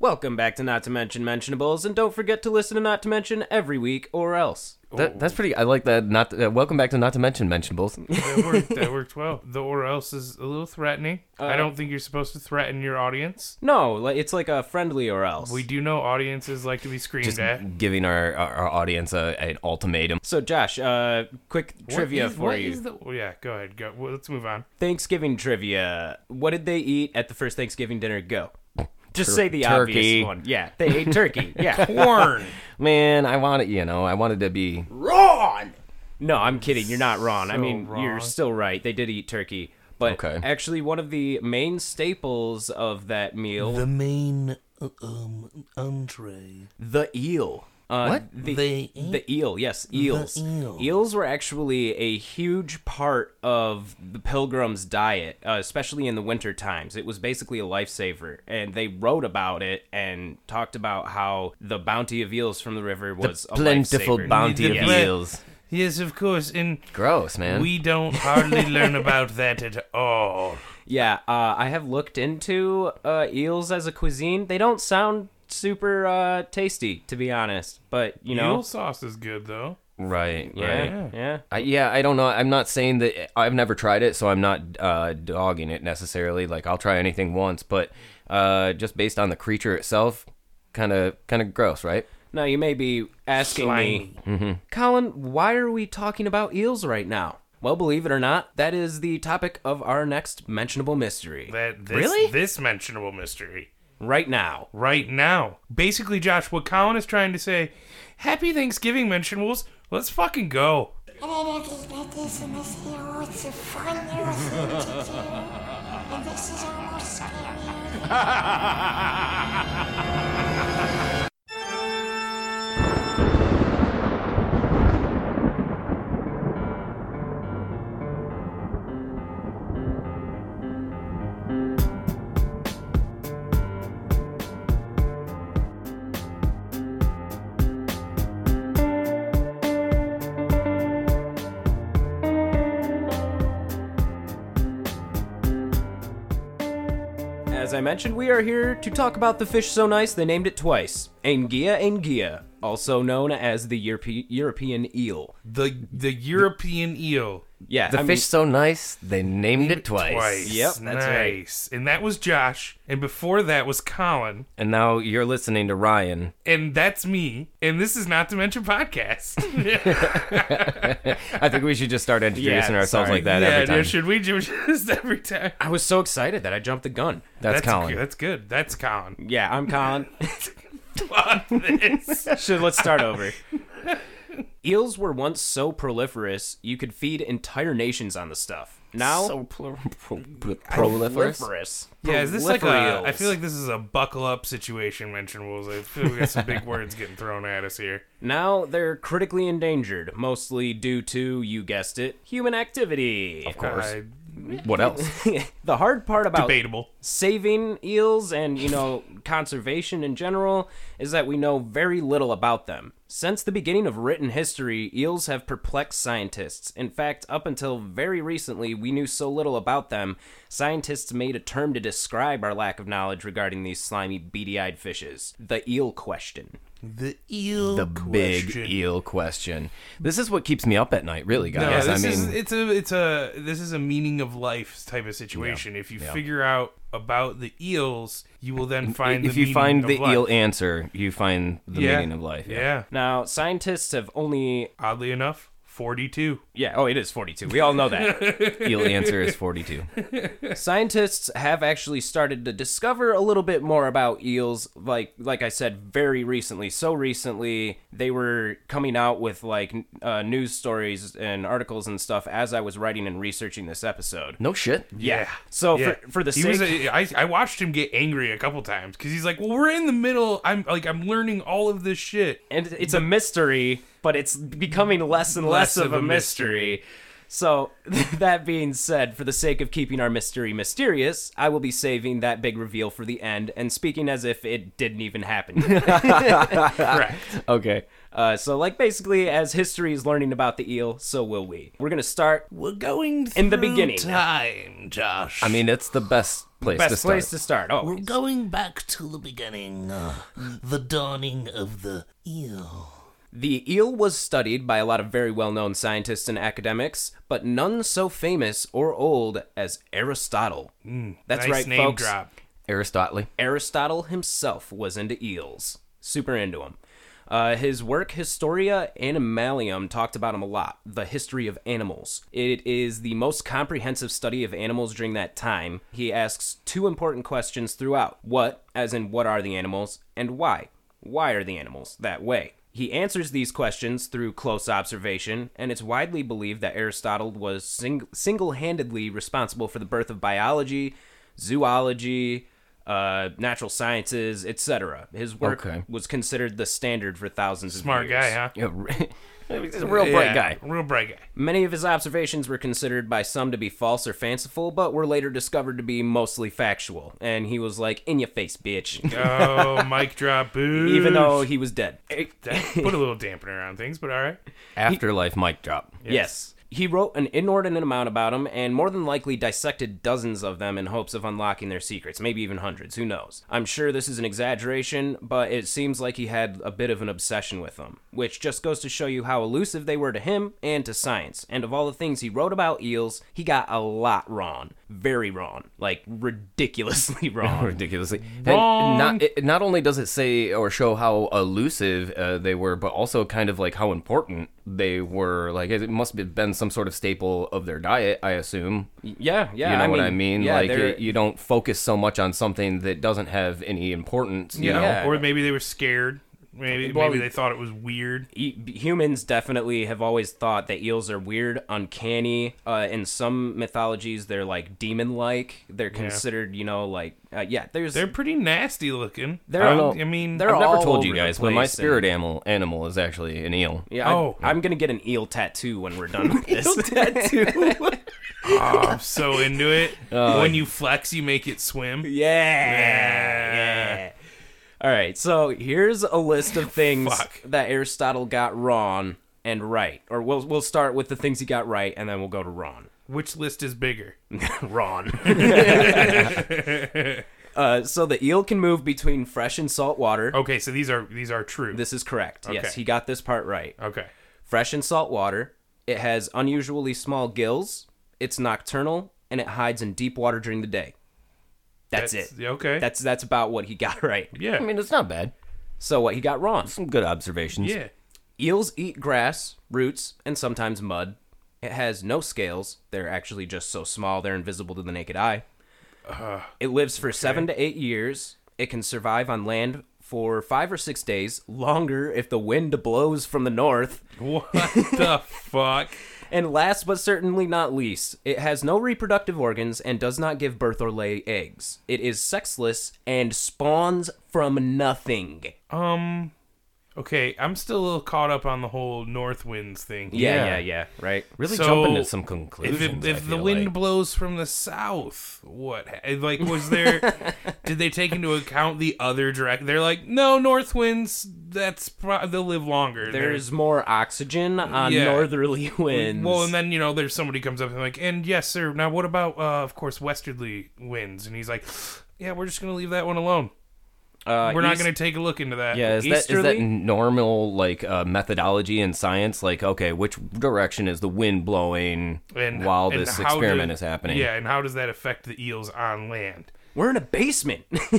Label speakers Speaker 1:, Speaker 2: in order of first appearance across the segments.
Speaker 1: Welcome back to Not to Mention Mentionables, and don't forget to listen to Not to Mention every week or else.
Speaker 2: Oh,
Speaker 3: That, that's pretty. I like that. Not uh, welcome back to not to mention mentionables.
Speaker 2: That worked. that worked well. The or else is a little threatening. I don't think you're supposed to threaten your audience.
Speaker 1: No, like it's like a friendly or else.
Speaker 2: We do know audiences like to be screamed
Speaker 3: Just
Speaker 2: at.
Speaker 3: giving our, our our audience a, an ultimatum.
Speaker 1: so Josh, uh, quick
Speaker 2: What
Speaker 1: trivia
Speaker 2: is-
Speaker 1: for
Speaker 2: what
Speaker 1: you.
Speaker 2: is the- yeah, go ahead. Go. Well, let's move on.
Speaker 1: Thanksgiving trivia. What did they eat at the first Thanksgiving dinner? Go. Just
Speaker 3: Tur-
Speaker 1: say the
Speaker 3: turkey.
Speaker 1: obvious one. Yeah, they ate turkey. Yeah.
Speaker 2: Corn.
Speaker 3: Man, I wanted you know I wanted to be.
Speaker 1: No, I'm kidding. You're not wrong. I
Speaker 2: So
Speaker 1: mean, you're
Speaker 2: wrong.
Speaker 1: still right. They did eat turkey. But
Speaker 3: Okay.
Speaker 1: actually, one of the main staples of that meal,
Speaker 4: The main uh, um entree.
Speaker 1: the eel. Uh,
Speaker 3: What?
Speaker 1: The,
Speaker 4: They eat
Speaker 1: the eel, yes, eels.
Speaker 4: eel.
Speaker 1: Eels were actually a huge part of the pilgrims' diet, uh, especially in the winter times. It was basically a lifesaver, and they wrote about it and talked about how the bounty of eels from the river was a
Speaker 3: Plentiful
Speaker 1: lifesaver.
Speaker 3: bounty of
Speaker 2: Yeah.
Speaker 3: eels.
Speaker 2: yes, of course. And
Speaker 3: Gross, man.
Speaker 2: we don't hardly learn about that at all.
Speaker 1: Yeah, uh, I have looked into uh, eels as a cuisine. They don't sound super uh, tasty, to be honest. But you know,
Speaker 2: Eel sauce is good though.
Speaker 3: right, right.
Speaker 1: yeah, yeah.
Speaker 3: I, yeah, I don't know. I'm not saying that I've never tried it, so I'm not uh, dogging it necessarily. Like I'll try anything once, but uh, just based on the creature itself, kind of kind of gross, right?
Speaker 1: Now you may be asking me,
Speaker 3: Mm-hmm.
Speaker 1: Colin, why are we talking about eels right now? Well, believe it or not, that is the topic of our next mentionable mystery
Speaker 2: That this,
Speaker 3: Really?
Speaker 2: this mentionable mystery
Speaker 1: right now.
Speaker 2: right now. Basically, Josh, what Colin is trying to say: Happy Thanksgiving, mentionables. Let's fucking go.
Speaker 5: En dan heb ik met deze misschien roodse vangen te doen. En dit is allemaal scary.
Speaker 1: As I mentioned, we are here to talk about the fish so nice they named it twice, Anguilla anguilla, also known as the Europe- European eel.
Speaker 2: The the European eel.
Speaker 1: Yeah,
Speaker 3: The
Speaker 1: I mean-
Speaker 3: fish so nice they named it twice.
Speaker 2: Twice.
Speaker 1: Yep, that's right.
Speaker 2: nice. And that was Josh. And before that was Colin.
Speaker 3: And now you're listening to Ryan.
Speaker 2: And that's me. And this is not to mention podcast.
Speaker 3: I think we should just start introducing
Speaker 1: Yeah,
Speaker 3: ourselves
Speaker 1: sorry.
Speaker 3: like that
Speaker 2: yeah,
Speaker 3: every time.
Speaker 2: no, should we do this every time?
Speaker 1: I was so excited that I jumped the gun.
Speaker 3: That's, Colin.
Speaker 2: Good. That's good. That's Colin.
Speaker 1: Yeah, I'm Colin.
Speaker 2: Fuck this.
Speaker 1: so let's start over. Eels were once so proliferous you could feed entire nations on the stuff. Now
Speaker 3: So plur- pro- pro- proliferous.
Speaker 2: yeah, is this like a?
Speaker 1: Proliferals.
Speaker 2: I feel like this is a buckle up situation. Mention wolves. I feel we got some big words getting thrown at us here.
Speaker 1: Now they're critically endangered, mostly due to, you guessed it, human activity.
Speaker 3: Of course.
Speaker 2: Uh,
Speaker 3: what else?
Speaker 1: the hard part about
Speaker 2: debatable.
Speaker 1: saving eels and, you know, conservation in general is that we know very little about them. Since the beginning of written history, eels have perplexed scientists. In fact, up until very recently, we knew so little about them, scientists made a term to describe our lack of knowledge regarding these slimy, beady eyed fishes the eel question.
Speaker 4: the eel.
Speaker 3: the big
Speaker 2: Question.
Speaker 3: eel question. This is what keeps me up at night, really,
Speaker 2: No,
Speaker 3: guys. I
Speaker 2: this
Speaker 3: mean,
Speaker 2: is it's a it's a this is a meaning of life type of situation. If you figure out about the eels, you will then find
Speaker 3: if
Speaker 2: the
Speaker 3: you
Speaker 2: meaning
Speaker 3: find
Speaker 2: of
Speaker 3: the
Speaker 2: life.
Speaker 3: eel answer, you find the
Speaker 2: yeah.
Speaker 3: meaning of life.
Speaker 2: Yeah.
Speaker 1: Now, scientists have only.
Speaker 2: oddly enough, forty-two.
Speaker 1: Yeah, oh, it is 42. We all know that.
Speaker 3: eel answer is 42.
Speaker 1: Scientists have actually started to discover a little bit more about eels like like I said very recently so recently they were coming out with like n- uh, news stories and articles and stuff as I was writing and researching this episode.
Speaker 3: No shit.
Speaker 1: Yeah. So
Speaker 2: Yeah.
Speaker 1: for for the
Speaker 2: he
Speaker 1: sake
Speaker 2: was a, I, I watched him get angry a couple times because he's like, "Well, we're in the middle. I'm like, I'm learning all of this shit."
Speaker 1: and it's a mystery, but it's becoming less and less, of a mystery. So, that being said, for the sake of keeping our mystery mysterious, I will be saving that big reveal for the end and speaking as if it didn't even happen. yet.
Speaker 2: Correct.
Speaker 3: Okay.
Speaker 1: Uh, so, like, basically, as history is learning about the eel, so will we. We're going to start
Speaker 4: We're going
Speaker 1: in the
Speaker 4: through
Speaker 1: beginning.
Speaker 4: Time, Josh.
Speaker 3: I mean, it's the best place
Speaker 1: Best
Speaker 3: to start.
Speaker 1: place to start. Oh,
Speaker 4: We're going back to the beginning, uh, the dawning of the eel.
Speaker 1: The eel was studied by a lot of very well known scientists and academics, but none so famous or old as Aristotle. That's
Speaker 2: nice
Speaker 1: right,
Speaker 2: name
Speaker 1: folks.
Speaker 2: drop.
Speaker 3: Aristotle.
Speaker 1: Aristotle himself was into eels, super into them. Uh, his work Historia Animalium talked about him a lot, the history of animals. It is the most comprehensive study of animals during that time. He asks two important questions throughout what, as in what are the animals, and why. Why are the animals that way? He answers these questions through close observation, and it's widely believed that Aristotle was sing- single handedly responsible for the birth of biology, zoology, uh, natural sciences, etc. His work
Speaker 3: Okay.
Speaker 1: was considered the standard for thousands
Speaker 2: Smart
Speaker 1: of years.
Speaker 2: guy, huh?
Speaker 3: Yeah, re- He's a real bright
Speaker 2: Yeah,
Speaker 3: guy.
Speaker 2: Real bright guy.
Speaker 1: Many of his observations were considered by some to be false or fanciful, but were later discovered to be mostly factual. And he was like, "In your face, bitch,"
Speaker 2: Oh, mic drop. Boo.
Speaker 1: even though he was dead.
Speaker 2: That put a little dampener on things, but all right.
Speaker 3: Afterlife mic drop.
Speaker 1: Yes. He wrote an inordinate amount about them and more than likely dissected dozens of them in hopes of unlocking their secrets, maybe even hundreds, who knows. I'm sure this is an exaggeration, but it seems like he had a bit of an obsession with them, which just goes to show you how elusive they were to him and to science. And of all the things he wrote about eels, he got a lot wrong. Very wrong. Like, ridiculously wrong.
Speaker 3: ridiculously.
Speaker 2: Wrong.
Speaker 3: And not it, not only does it say or show how elusive uh, they were, but also kind of like how important they were. Like it must have been some sort of staple of their diet, I assume. You
Speaker 1: yeah, yeah.
Speaker 3: know
Speaker 1: I
Speaker 3: what
Speaker 1: mean,
Speaker 3: I mean?
Speaker 1: Yeah,
Speaker 3: like
Speaker 1: they're-
Speaker 3: you, you don't focus so much on something that doesn't have any importance. You
Speaker 2: You know,
Speaker 3: know,
Speaker 2: or maybe they were scared. Maybe maybe they thought it was weird.
Speaker 1: e- humans definitely have always thought that eels are weird, uncanny. Uh, in some mythologies, they're like demon-like. They're considered, you know, like uh, yeah. There's
Speaker 2: They're pretty nasty looking.
Speaker 1: They're
Speaker 2: I,
Speaker 1: all-
Speaker 2: I mean,
Speaker 1: they're
Speaker 3: I've never
Speaker 1: all
Speaker 3: told you
Speaker 1: over the
Speaker 3: guys, but my
Speaker 1: place
Speaker 3: spirit animal animal is actually an eel.
Speaker 1: yeah.
Speaker 2: Oh.
Speaker 1: I, am gonna get an eel tattoo when we're done with this.
Speaker 2: I'm so into it. when you flex, you make it swim.
Speaker 1: yeah, yeah. All right, so here's a list of things
Speaker 2: Fuck.
Speaker 1: that Aristotle got wrong and right, or we'll we'll start with the things he got right, and then we'll go to wrong.
Speaker 2: Which list is bigger?
Speaker 1: Ron. uh, so the eel can move between fresh and salt water.
Speaker 2: Okay, so these are these are true.
Speaker 1: This is correct. Yes,
Speaker 2: Oh. Okay.
Speaker 1: he got this part right.
Speaker 2: okay.
Speaker 1: Fresh and salt water. It has unusually small gills. It's nocturnal and it hides in deep water during the day. That's, it.
Speaker 2: Okay.
Speaker 1: That's that's about what he got right.
Speaker 2: yeah.
Speaker 3: I mean, it's not bad.
Speaker 1: So what he got wrong.
Speaker 3: Some good observations.
Speaker 2: yeah.
Speaker 1: Eels eat grass, roots, and sometimes mud. It has no scales. They're actually just so small they're invisible to the naked eye. it lives for seven to eight years. It can survive on land for five or six days, longer if the wind blows from the north.
Speaker 2: What the fuck?
Speaker 1: And last but certainly not least, it has no reproductive organs and does not give birth or lay eggs. It is sexless and spawns from nothing.
Speaker 2: Um. Okay, I'm still a little caught up on the whole north winds thing.
Speaker 1: Yeah, yeah, yeah,
Speaker 3: Yeah.
Speaker 1: right?
Speaker 3: Really
Speaker 2: So,
Speaker 3: jumping to some
Speaker 2: If, it,
Speaker 3: conclusions. I
Speaker 2: if the
Speaker 3: feel
Speaker 2: wind
Speaker 3: like.
Speaker 2: blows from the south, what? ha- Like, was there? did they take into account the other direct? They're like, no, north winds. That's pro- they'll live longer. They're-
Speaker 1: There's more oxygen on
Speaker 2: Yeah.
Speaker 1: northerly winds.
Speaker 2: Well, and then you know, there's somebody comes up and like, and yes, sir. Now, what about, uh, of course, westerly winds? And he's like, yeah, we're just gonna leave that one alone.
Speaker 1: uh,
Speaker 2: We're not
Speaker 1: east-
Speaker 2: gonna take a look into that.
Speaker 3: Yeah, is that, is that
Speaker 1: Easterly?
Speaker 3: normal like uh, methodology in science? Like, okay, which direction is the wind blowing
Speaker 2: And
Speaker 3: while
Speaker 2: and how
Speaker 3: this
Speaker 2: do-
Speaker 3: experiment is happening?
Speaker 2: Yeah, and how does that affect the eels on land?
Speaker 1: We're in a basement.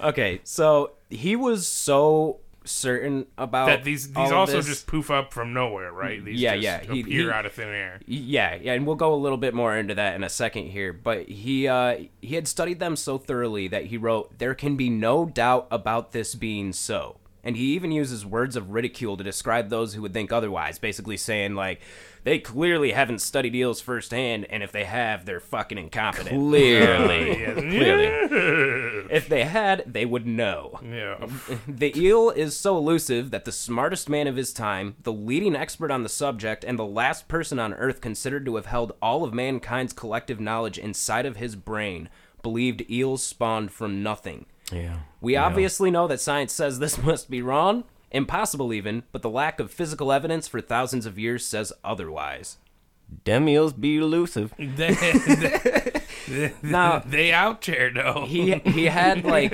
Speaker 1: okay, so he was so certain about
Speaker 2: That these these
Speaker 1: all of
Speaker 2: also
Speaker 1: this.
Speaker 2: just poof up from nowhere, right? These
Speaker 1: Yeah,
Speaker 2: just
Speaker 1: yeah, he-
Speaker 2: appear
Speaker 1: he-
Speaker 2: out of thin air.
Speaker 1: Yeah, yeah, and we'll go a little bit more into that in a second here, but he uh he had studied them so thoroughly that he wrote there can be no doubt about this being so. And he even uses words of ridicule to describe those who would think otherwise, basically saying like they clearly haven't studied eels firsthand and if they have, they're fucking incompetent.
Speaker 3: Clearly.
Speaker 2: Yeah,
Speaker 3: Clearly.
Speaker 1: If they had, they would know.
Speaker 2: Yeah.
Speaker 1: The eel is so elusive that the smartest man of his time, the leading expert on the subject, and the last person on Earth considered to have held all of mankind's collective knowledge inside of his brain believed eels spawned from nothing.
Speaker 3: Yeah.
Speaker 1: We obviously know that science says this must be wrong, impossible even, but the lack of physical evidence for thousands of years says otherwise.
Speaker 3: Dem eels be elusive.
Speaker 2: they, they,
Speaker 1: Now,
Speaker 2: they out there though.
Speaker 1: he he had like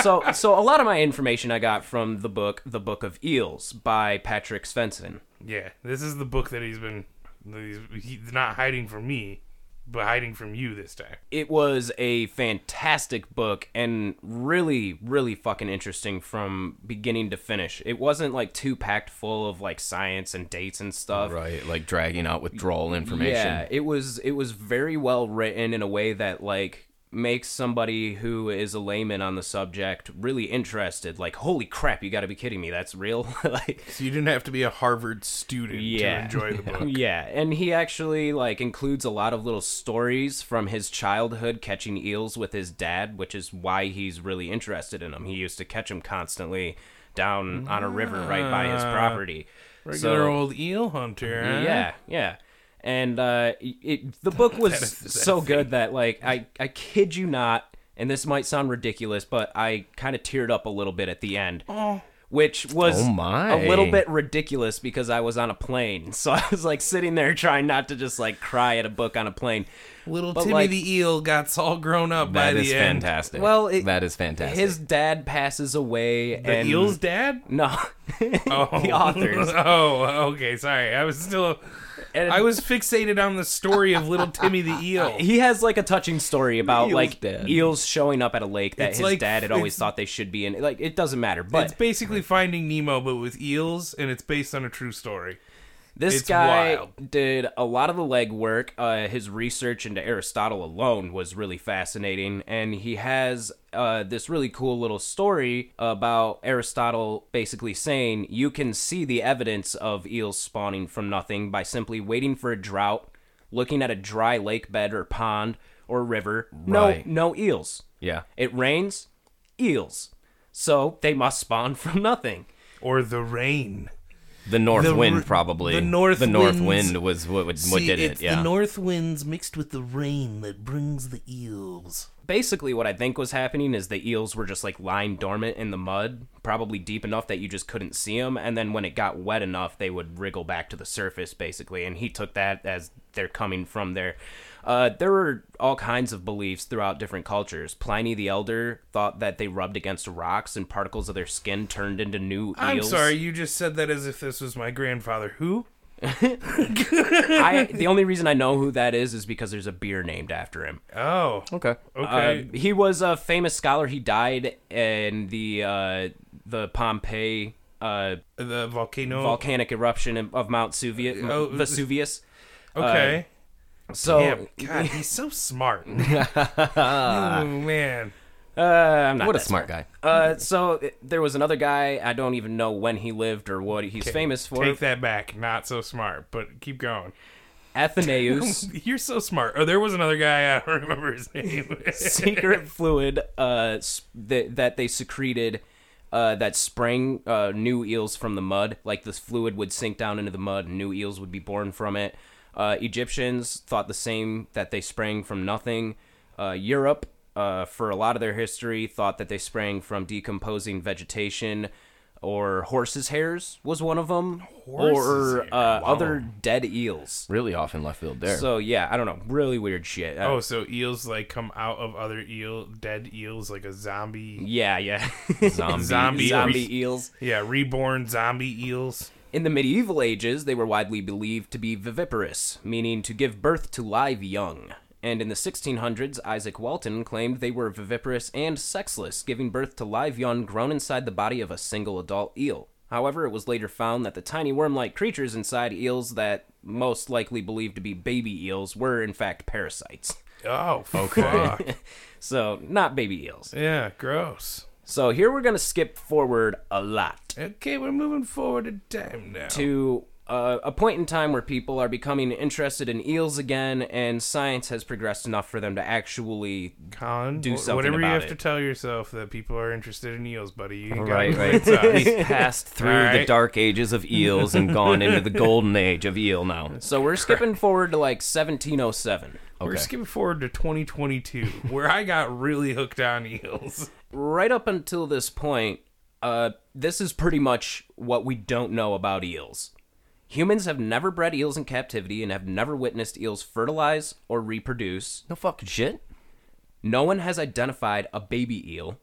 Speaker 1: so so a lot of my information I got from the book The Book of Eels by Patrick Svensson.
Speaker 2: yeah, this is the book that he's been. that He's, he's not hiding from me, but hiding from you this time.
Speaker 1: It was a fantastic book and really really fucking interesting from beginning to finish. It wasn't like too packed full of like science and dates and stuff.
Speaker 3: Right, like dragging out withdrawal information.
Speaker 1: Yeah, it was it was very well written in a way that like makes somebody who is a layman on the subject really interested. Like, holy crap, you got to be kidding me! That's real. like,
Speaker 2: So you didn't have to be a Harvard student
Speaker 1: Yeah.
Speaker 2: to enjoy the book.
Speaker 1: yeah, and he actually like includes a lot of little stories from his childhood catching eels with his dad, which is why he's really interested in them. He used to catch them constantly down on a river right by his property.
Speaker 2: Ah. Regular
Speaker 1: So-
Speaker 2: old eel hunter. Huh?
Speaker 1: Yeah, yeah. And uh, it, the book was so good that, like, I, I kid you not, and this might sound ridiculous, but I kind of teared up a little bit at the end. Which was
Speaker 3: Oh, my.
Speaker 1: a little bit ridiculous because I was on a plane. So I was like sitting there trying not to just like cry at a book on a plane.
Speaker 2: Little
Speaker 1: But,
Speaker 2: Timmy
Speaker 1: like-
Speaker 2: the eel got all grown up by
Speaker 3: That
Speaker 2: the
Speaker 3: is
Speaker 2: end.
Speaker 3: fantastic.
Speaker 1: Well, it-
Speaker 3: that is fantastic.
Speaker 1: His dad passes away
Speaker 2: The
Speaker 1: and
Speaker 2: eel's Oh. dad?
Speaker 1: No. the authors.
Speaker 2: oh, okay. Sorry, I was still.
Speaker 1: And-
Speaker 2: I was fixated on the story of little Timmy the eel.
Speaker 1: he has like a touching story about
Speaker 3: Eel's
Speaker 1: like
Speaker 3: dad.
Speaker 1: eels showing up at a lake that
Speaker 2: It's
Speaker 1: his
Speaker 2: like-
Speaker 1: dad had always thought they should be in. Like it doesn't matter,
Speaker 2: It's
Speaker 1: but
Speaker 2: basically Finding Nemo, but with eels, and it's based on a true story.
Speaker 1: this
Speaker 2: it's
Speaker 1: guy
Speaker 2: wild.
Speaker 1: did a lot of the legwork. Uh, his research into Aristotle alone was really fascinating, and he has uh, this really cool little story about Aristotle basically saying you can see the evidence of eels spawning from nothing by simply waiting for a drought, looking at a dry lake bed or pond or river.
Speaker 3: Right.
Speaker 1: No, no eels.
Speaker 3: yeah.
Speaker 1: It rains, eels. So they must spawn from nothing.
Speaker 2: Or the rain.
Speaker 3: The north
Speaker 2: The
Speaker 3: wind,
Speaker 2: r-
Speaker 3: probably.
Speaker 2: the north
Speaker 3: The north
Speaker 2: winds-
Speaker 3: wind was what, would, what
Speaker 4: See,
Speaker 3: did it.
Speaker 4: it's
Speaker 3: Yeah.
Speaker 4: the north winds mixed with the rain that brings the eels.
Speaker 1: Basically, what I think was happening is the eels were just like lying dormant in the mud, probably deep enough that you just couldn't see them. And then when it got wet enough, they would wriggle back to the surface, basically. And he took that as they're coming from there. Uh, there were all kinds of beliefs throughout different cultures. Pliny the Elder thought that they rubbed against rocks and particles of their skin turned into new eels.
Speaker 2: I'm sorry, you just said that as if this was my grandfather. Who?
Speaker 1: I, the only reason I know who that is is because there's a beer named after him.
Speaker 2: Oh,
Speaker 3: okay.
Speaker 2: okay.
Speaker 1: Uh, he was a famous scholar. He died in the uh, the Pompeii uh,
Speaker 2: the volcano.
Speaker 1: volcanic eruption of Mount Suvi-
Speaker 2: Oh,
Speaker 1: Vesuvius.
Speaker 2: okay.
Speaker 1: So
Speaker 2: Damn, God, he's so smart. oh man.
Speaker 1: uh, I'm not
Speaker 3: What a
Speaker 1: that
Speaker 3: smart guy.
Speaker 1: Uh, so uh, there was another guy. I don't even know when he lived or what he's famous for.
Speaker 2: Take that back. Not so smart, but keep going.
Speaker 1: Athenaeus.
Speaker 2: You're so smart. Oh, there was another guy. I don't remember his name.
Speaker 1: secret fluid uh, s- that that they secreted uh, that sprang uh, new eels from the mud. Like this fluid would sink down into the mud, and new eels would be born from it. Uh, Egyptians thought the same that they sprang from nothing. Uh, Europe, uh, for a lot of their history, thought that they sprang from decomposing vegetation. Or horses' hairs was one of them,
Speaker 2: Horses'
Speaker 1: or uh,
Speaker 2: hair,
Speaker 1: other dead eels.
Speaker 3: Really off in left field there.
Speaker 1: So yeah, I don't know, really weird shit. I-
Speaker 2: Oh, so eels like come out of other eel, dead eels, like a zombie.
Speaker 1: yeah, yeah,
Speaker 3: zombie.
Speaker 2: Zombie,
Speaker 1: zombie eels.
Speaker 2: yeah, reborn zombie eels.
Speaker 1: In the medieval ages, they were widely believed to be viviparous, meaning to give birth to live young. And in the 1600s, Isaac Walton claimed they were viviparous and sexless, giving birth to live young grown inside the body of a single adult eel. However, it was later found that the tiny worm like creatures inside eels that most likely believed to be baby eels were, in fact, parasites.
Speaker 2: Oh, okay.
Speaker 1: So, not baby eels.
Speaker 2: yeah, gross.
Speaker 1: So, here we're going to skip forward a lot.
Speaker 2: Okay, we're moving forward in time now.
Speaker 1: to uh, a point in time where people are becoming interested in eels again, and science has progressed enough for them to actually.
Speaker 2: Con,
Speaker 1: Do
Speaker 2: wh-
Speaker 1: something
Speaker 2: Whatever you
Speaker 1: about
Speaker 2: have
Speaker 1: it.
Speaker 2: to tell yourself that people are interested in eels, buddy. You ain't
Speaker 3: Right,
Speaker 2: got
Speaker 3: right.
Speaker 2: right.
Speaker 3: We've passed through the
Speaker 2: Alright.
Speaker 3: dark ages of eels and gone into the golden age of eel now.
Speaker 1: So we're skipping forward to like 1707.
Speaker 2: We're skipping forward to 2022, where I got really hooked on eels.
Speaker 1: Right up until this point, uh, this is pretty much what we don't know about eels. Humans have never bred eels in captivity and have never witnessed eels fertilize or reproduce.
Speaker 3: No fucking shit.
Speaker 1: No one has identified a baby eel.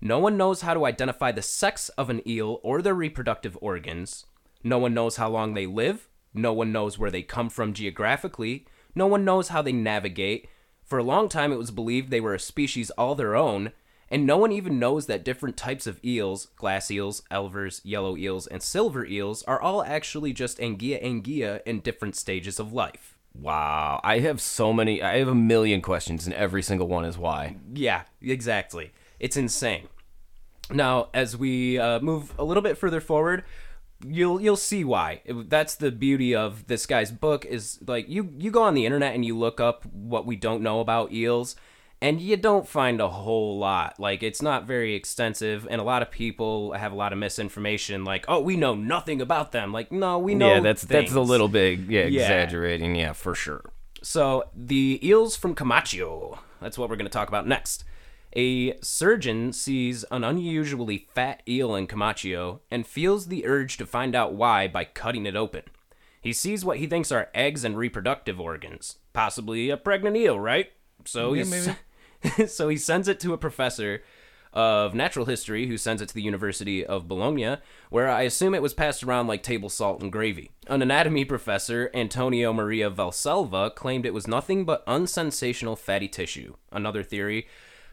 Speaker 1: No one knows how to identify the sex of an eel or their reproductive organs. No one knows how long they live. No one knows where they come from geographically. No one knows how they navigate. For a long time, it was believed they were a species all their own, and no one even knows that different types of eels glass eels, elvers, yellow eels, and silver eels are all actually just Anguilla anguilla in different stages of life.
Speaker 3: Wow. I have so many. I have a million questions, and every single one is why.
Speaker 1: Yeah, exactly. It's insane. Now, as we uh, move a little bit further forward, you'll you'll see why. It- that's the beauty of this guy's book is like you you go on the internet and you look up what we don't know about eels, and you don't find a whole lot. Like it's not very extensive, and a lot of people have a lot of misinformation. Like, oh, we know nothing about them. Like, no, we know.
Speaker 3: yeah, that's that's a
Speaker 1: things.
Speaker 3: little big. Yeah,
Speaker 1: Yeah.
Speaker 3: exaggerating. Yeah, for sure.
Speaker 1: So, the eels from Camacho. That's what we're going to talk about next. A surgeon sees an unusually fat eel in Camacho and feels the urge to find out why by cutting it open. He sees what he thinks are eggs and reproductive organs, possibly a pregnant eel, right? So
Speaker 2: Yeah,
Speaker 1: he's, so he sends it to a professor of natural history who sends it to the University of Bologna, where I assume it was passed around like table salt and gravy. An anatomy professor, Antonio Maria Valsalva, claimed it was nothing but unsensational fatty tissue. Another theory,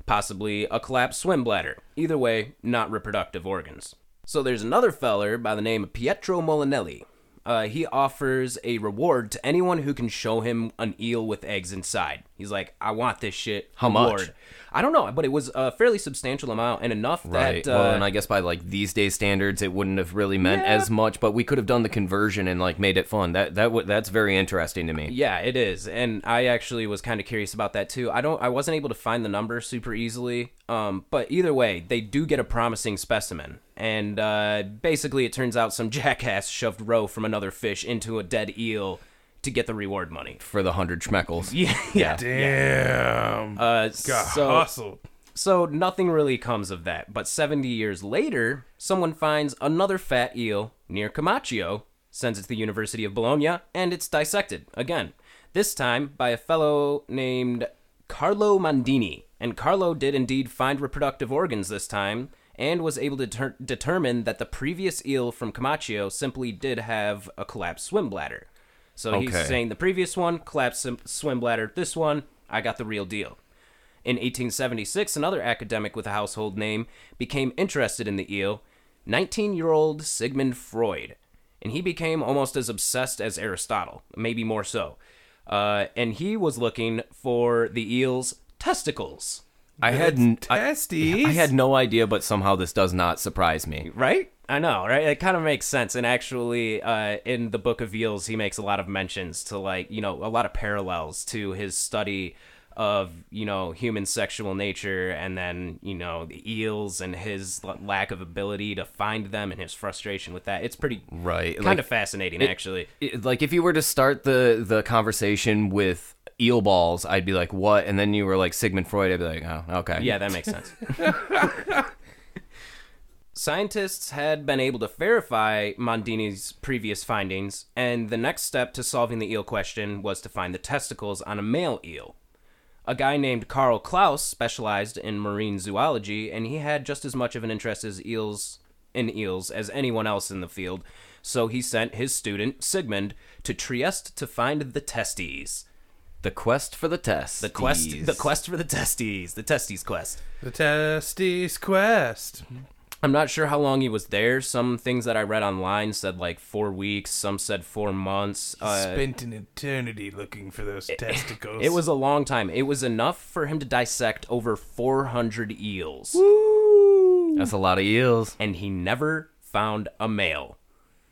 Speaker 1: possibly a collapsed swim bladder. Either way, not reproductive organs. So there's another feller by the name of Pietro Molinelli. Uh, he offers a reward to anyone who can show him an eel with eggs inside. He's like, I want this shit.
Speaker 3: How much?
Speaker 1: Reward. I don't know, but it was a fairly substantial amount and enough
Speaker 3: Right.
Speaker 1: that. Uh,
Speaker 3: well, and I guess by like these day standards, it wouldn't have really meant as much. But we could have done the conversion and like made it fun. That that would that's very interesting to me.
Speaker 1: yeah, it is, and I actually was kind of curious about that too. I don't, I wasn't able to find the number super easily, um, but either way, they do get a promising specimen, and uh, basically, it turns out some jackass shoved roe from another fish into a dead eel to get the reward money.
Speaker 3: For the hundred schmeckles.
Speaker 1: Yeah, yeah.
Speaker 2: Damn.
Speaker 1: Uh,
Speaker 2: got
Speaker 1: so
Speaker 2: hustled.
Speaker 1: So nothing really comes of that. But 70 years later, someone finds another fat eel near Camacho, sends it to the University of Bologna, and it's dissected again. This time by a fellow named Carlo Mandini. And Carlo did indeed find reproductive organs this time and was able to ter- determine that the previous eel from Camacho simply did have a collapsed swim bladder. So
Speaker 3: Okay.
Speaker 1: he's saying the previous one, collapsed sim- swim bladder, this one, I got the real deal. In 1876, another academic with a household name became interested in the eel, 19 year old Sigmund Freud, and he became almost as obsessed as Aristotle, maybe more so. Uh, and he was looking for the eel's testicles,
Speaker 3: I had n- I,
Speaker 2: Testies.
Speaker 3: I had no idea, but somehow this does not surprise me.
Speaker 1: right? I know, right? It kind of makes sense. And actually, uh, in the Book of Eels, he makes a lot of mentions to, like, you know, a lot of parallels to his study of, you know, human sexual nature and then, you know, the eels and his l- lack of ability to find them and his frustration with that. It's pretty
Speaker 3: Right,
Speaker 1: kind
Speaker 3: Mm, like-
Speaker 1: of fascinating, actually.
Speaker 3: it- like if you were to start the the conversation with eel balls, I'd be like, "What?" And then you were like Sigmund Freud, I'd be like, "Oh, okay."
Speaker 1: Yeah, that makes sense. Scientists had been able to verify Mondini's previous findings, and the next step to solving the eel question was to find the testicles on a male eel. A guy named Carl Klaus specialized in marine zoology, and he had just as much of an interest as eels in eels as anyone else in the field. So he sent his student Sigmund to Trieste to find the testes.
Speaker 3: The quest for the test.
Speaker 1: The quest, the quest for the testes, the testes quest.
Speaker 2: the testes quest.
Speaker 1: I'm not sure how long he was there. Some things that I read online said like four weeks. Some said four months. Uh,
Speaker 2: Spent an eternity looking for those testicles.
Speaker 1: it was a long time. It was enough for him to dissect over 400 eels,
Speaker 3: That's a lot of eels.
Speaker 1: and he never found a male,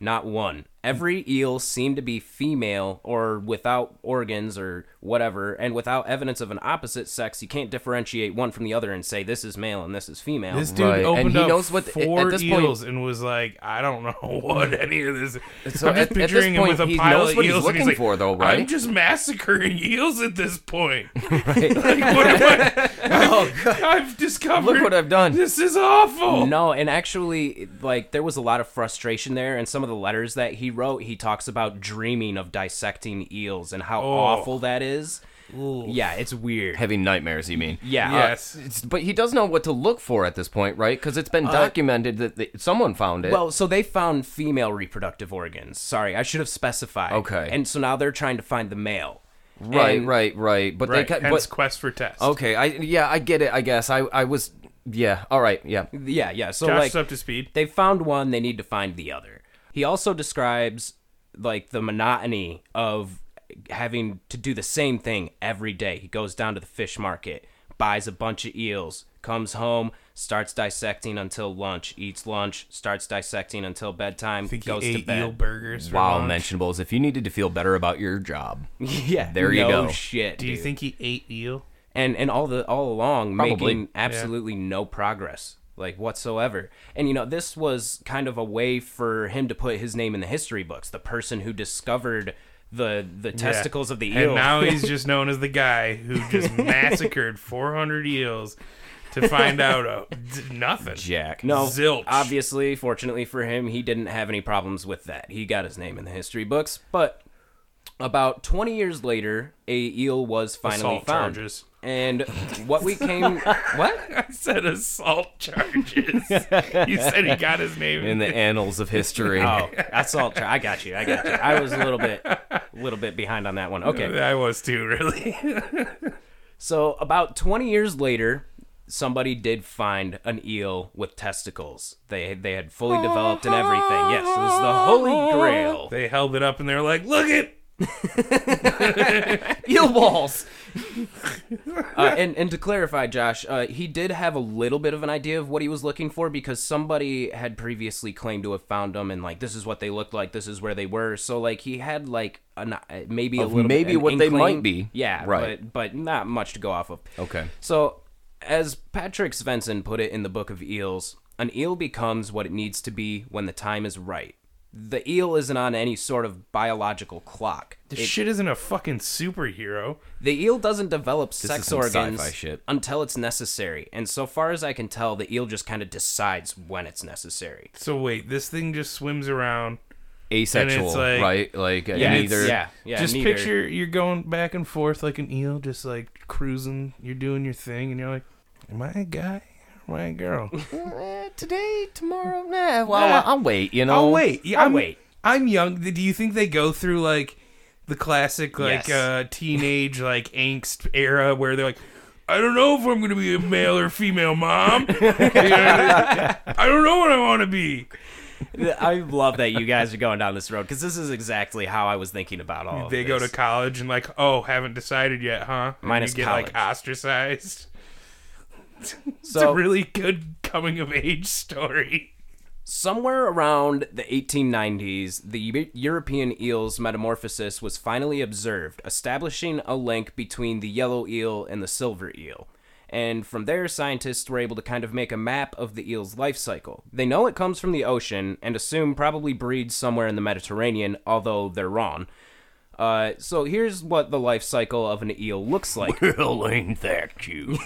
Speaker 1: not one. Every eel seemed to be female or without organs or whatever, and without evidence of an opposite sex, you can't differentiate one from the other and say this is male and this is female.
Speaker 2: This dude
Speaker 3: Right, and
Speaker 2: opened
Speaker 3: he
Speaker 2: up
Speaker 3: knows what the-
Speaker 2: four
Speaker 3: at this point- Hmm.
Speaker 2: eels and was like, "I don't know what any of this." Is.
Speaker 3: So
Speaker 2: I'm just
Speaker 3: at- at this
Speaker 2: picturing him
Speaker 3: point,
Speaker 2: with a
Speaker 3: he
Speaker 2: pile
Speaker 3: knows
Speaker 2: of
Speaker 3: what he's
Speaker 2: eels, and he's
Speaker 3: looking
Speaker 2: like,
Speaker 3: for, though,
Speaker 2: I'm
Speaker 3: right?
Speaker 2: just massacring eels at this point. like, what am I? I've, I've discovered.
Speaker 3: Oh, Look what I've done.
Speaker 2: This is
Speaker 3: Oh.
Speaker 2: awful.
Speaker 1: No, and actually, like there was a lot of frustration there, and some of the letters that he wrote, he talks about dreaming of dissecting eels and how
Speaker 3: Oh.
Speaker 1: awful that is. Yeah, it's weird.
Speaker 3: Heavy nightmares, you mean?
Speaker 1: Yeah, uh,
Speaker 2: Yes.
Speaker 3: It's, but he does know what to look for at this point, right? Because it's been documented that the, someone found it.
Speaker 1: Uh, Well, so they found female reproductive organs. Sorry, I should have specified.
Speaker 3: Okay.
Speaker 1: And so now they're trying to find the male.
Speaker 3: right,
Speaker 1: and-
Speaker 3: right, right. But
Speaker 2: Right.
Speaker 3: they, ca-
Speaker 2: hence
Speaker 3: but
Speaker 2: quest for test.
Speaker 3: okay, I yeah, I get it. I guess I I was yeah. All right, yeah.
Speaker 1: Yeah, yeah. So
Speaker 2: Josh
Speaker 1: like
Speaker 2: is up to speed.
Speaker 1: they found one, they need to find the other. He also describes like the monotony of having to do the same thing every day. He goes down to the fish market, buys a bunch of eels, comes home, starts dissecting until lunch, eats lunch, starts dissecting until bedtime,
Speaker 2: think he
Speaker 1: goes to
Speaker 2: ate
Speaker 1: bed.
Speaker 2: eel burgers. for
Speaker 3: Wow,
Speaker 2: lunch.
Speaker 3: mentionables. If you needed to feel better about your job,
Speaker 1: yeah,
Speaker 3: There you
Speaker 1: no
Speaker 3: go.
Speaker 1: Shit.
Speaker 2: Do you
Speaker 1: dude.
Speaker 2: think he ate eel?
Speaker 1: and and all the all along
Speaker 3: Probably.
Speaker 1: making absolutely no progress like whatsoever and you know this was kind of a way for him to put his name in the history books the person who discovered the the testicles of the eel
Speaker 2: And now he's just known as the guy who just massacred 400 eels to find out uh, d- nothing.
Speaker 3: Jack.
Speaker 1: no
Speaker 2: Zilch.
Speaker 1: obviously fortunately for him he didn't have any problems with that he got his name in the history books but about 20 years later a eel was finally
Speaker 2: Assault
Speaker 1: found
Speaker 2: charges.
Speaker 1: and what we came what
Speaker 2: I said assault charges. you said he got his name
Speaker 3: in the annals of history.
Speaker 1: Oh, assault charge. I got you. I got you. I was a little bit, little bit behind on that one. Okay.
Speaker 2: I was too, really.
Speaker 1: So about 20 years later, somebody did find an eel with testicles. They they had fully developed and everything. Yes, it was the holy grail.
Speaker 2: they held it up and they're like, "Look it."
Speaker 3: Eel balls.
Speaker 1: Uh, and and to clarify, Josh, uh, he did have a little bit of an idea of what he was looking for because somebody had previously claimed to have found them and like this is what they looked like, this is where they were. So like he had like an, uh, maybe a
Speaker 3: Of
Speaker 1: little
Speaker 3: maybe
Speaker 1: an
Speaker 3: what they
Speaker 1: inkling.
Speaker 3: might be.
Speaker 1: Yeah,
Speaker 3: Right.
Speaker 1: But but not much to go off of.
Speaker 3: Okay.
Speaker 1: So as Patrick Svensson put it in the Book of Eels, an eel becomes what it needs to be when the time is right. The eel isn't on any sort of biological clock.
Speaker 2: This shit isn't a fucking superhero.
Speaker 1: The eel doesn't develop
Speaker 3: is
Speaker 1: sex
Speaker 3: some
Speaker 1: organs
Speaker 3: sci-fi shit.
Speaker 1: until it's necessary, and so far as I can tell, the eel just kind of decides when it's necessary.
Speaker 2: So wait, this thing just swims around.
Speaker 3: Asexual,
Speaker 2: like-
Speaker 3: right? Like
Speaker 1: Yeah, it's-
Speaker 3: neither.
Speaker 1: yeah, yeah.
Speaker 2: just
Speaker 1: neither.
Speaker 2: picture you're going back and forth like an eel, just like cruising. You're doing your thing, and you're like, "Am I a guy? Or am I a girl?"
Speaker 3: Eh, today, tomorrow, nah. Well, I'll, I'll wait. You know.
Speaker 2: Oh wait, yeah,
Speaker 1: I'll
Speaker 2: I'm,
Speaker 1: wait.
Speaker 2: I'm young. Do you think they go through like the classic like
Speaker 1: Yes.
Speaker 2: uh, teenage like angst era where they're like, I don't know if I'm gonna be a male or female mom. You know what I mean? I don't know what I want to be.
Speaker 1: I love that you guys are going down this road because this is exactly how I was thinking about all. Of
Speaker 2: They go to
Speaker 1: this.
Speaker 2: college and like, oh, haven't decided yet, huh? And
Speaker 1: Minus
Speaker 2: you get like
Speaker 1: college.
Speaker 2: ostracized. It's
Speaker 1: so
Speaker 2: a really good coming of age story.
Speaker 1: somewhere around the 1890s, the Eu- European eel's metamorphosis was finally observed, establishing a link between the yellow eel and the silver eel. And from there, scientists were able to kind of make a map of the eel's life cycle. They know it comes from the ocean and assume probably breeds somewhere in the Mediterranean, although they're wrong. Uh, so here's what the life cycle of an eel looks like.
Speaker 3: Well, ain't that cute?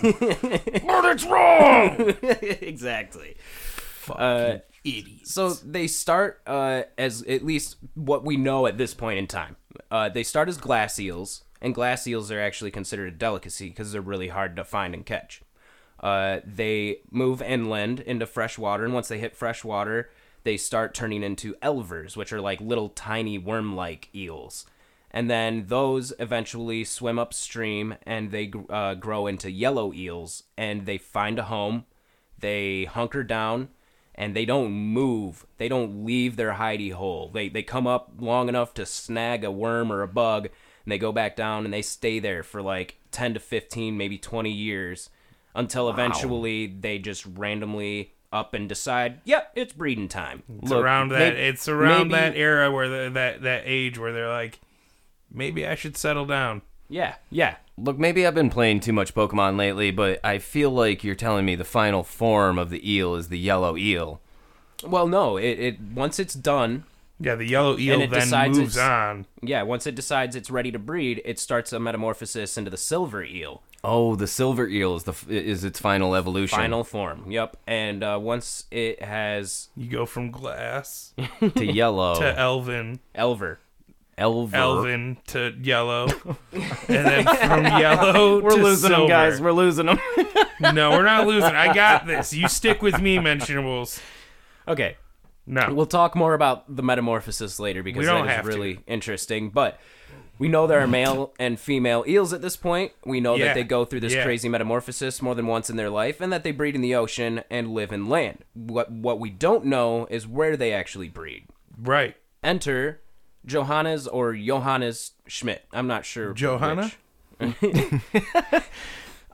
Speaker 1: exactly. Uh, So they start uh, as at least what we know at this point in time. Uh, they start as glass eels, and glass eels are actually considered a delicacy because they're really hard to find and catch. Uh, they move inland into fresh water, and once they hit fresh water, they start turning into elvers, which are like little tiny worm-like eels. And then those eventually swim upstream, and they gr- uh, grow into yellow eels, and they find a home they hunker down and they don't move they don't leave their hidey hole they they come up long enough to snag a worm or a bug and they go back down and they stay there for like 10 to 15 maybe 20 years until eventually they just randomly up and decide, yep, it's breeding time.
Speaker 2: It's around that.
Speaker 3: may-
Speaker 2: it's around
Speaker 3: maybe-
Speaker 2: that era where the, that that age where they're like, maybe I should settle down.
Speaker 1: Yeah, yeah.
Speaker 3: Look, maybe I've been playing too much Pokemon lately, but I feel like you're telling me the final form of the eel is the yellow eel.
Speaker 1: Well, no, it, it once it's done,
Speaker 2: Yeah, the yellow eel
Speaker 1: it
Speaker 2: then
Speaker 1: decides
Speaker 2: moves
Speaker 1: it's-
Speaker 2: on.
Speaker 1: yeah, once it decides it's ready to breed, it starts a metamorphosis into the silver eel.
Speaker 3: Oh, the silver eel is the f- is its final evolution.
Speaker 1: Final form. Yep. And uh, once it has
Speaker 2: You go from glass
Speaker 3: to yellow.
Speaker 2: to elven,
Speaker 1: Elver,
Speaker 3: Elver.
Speaker 2: elven to yellow, and then from yellow
Speaker 3: We're
Speaker 2: to
Speaker 3: losing
Speaker 2: silver.
Speaker 3: them, guys. We're losing them.
Speaker 2: no, we're not losing. I got this. You stick with me, mentionables.
Speaker 1: okay,
Speaker 2: No,
Speaker 1: We'll talk more about the metamorphosis later because
Speaker 2: We don't
Speaker 1: that
Speaker 2: have
Speaker 1: is
Speaker 2: to.
Speaker 1: really interesting. But we know there are male and female eels at this point. We know
Speaker 2: Yeah.
Speaker 1: that they go through this
Speaker 2: Yeah.
Speaker 1: crazy metamorphosis more than once in their life, and that they breed in the ocean and live in land. What what we don't know is where they actually breed.
Speaker 2: right.
Speaker 1: Enter Johannes or Johannes Schmidt. I'm not sure. which.
Speaker 2: Johanna?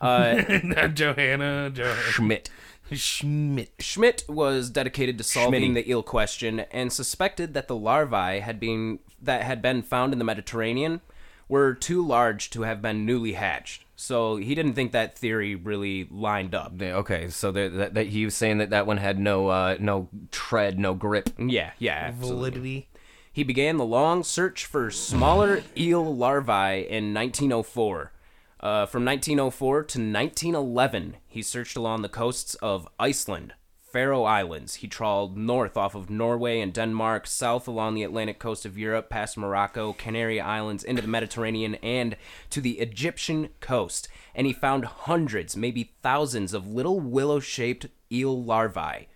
Speaker 2: Not Johanna, Johanna
Speaker 3: Schmidt.
Speaker 2: Schmidt.
Speaker 1: Schmidt was dedicated to solving
Speaker 3: Schmitty.
Speaker 1: the eel question and suspected that the larvae had been that had been found in the Mediterranean were too large to have been newly hatched. So he didn't think that theory really lined up.
Speaker 3: Yeah, Okay, so there, that, that he was saying that that one had no uh, no tread, no grip.
Speaker 1: Yeah, yeah. absolutely.
Speaker 2: Validity.
Speaker 1: He began the long search for smaller eel larvae in 1904. Uh, from 1904 to 1911, he searched along the coasts of Iceland, Faroe Islands. He trawled north off of Norway and Denmark, south along the Atlantic coast of Europe, past Morocco, Canary Islands, into the Mediterranean, and to the Egyptian coast. And he found hundreds, maybe thousands, of little willow shaped eel larvae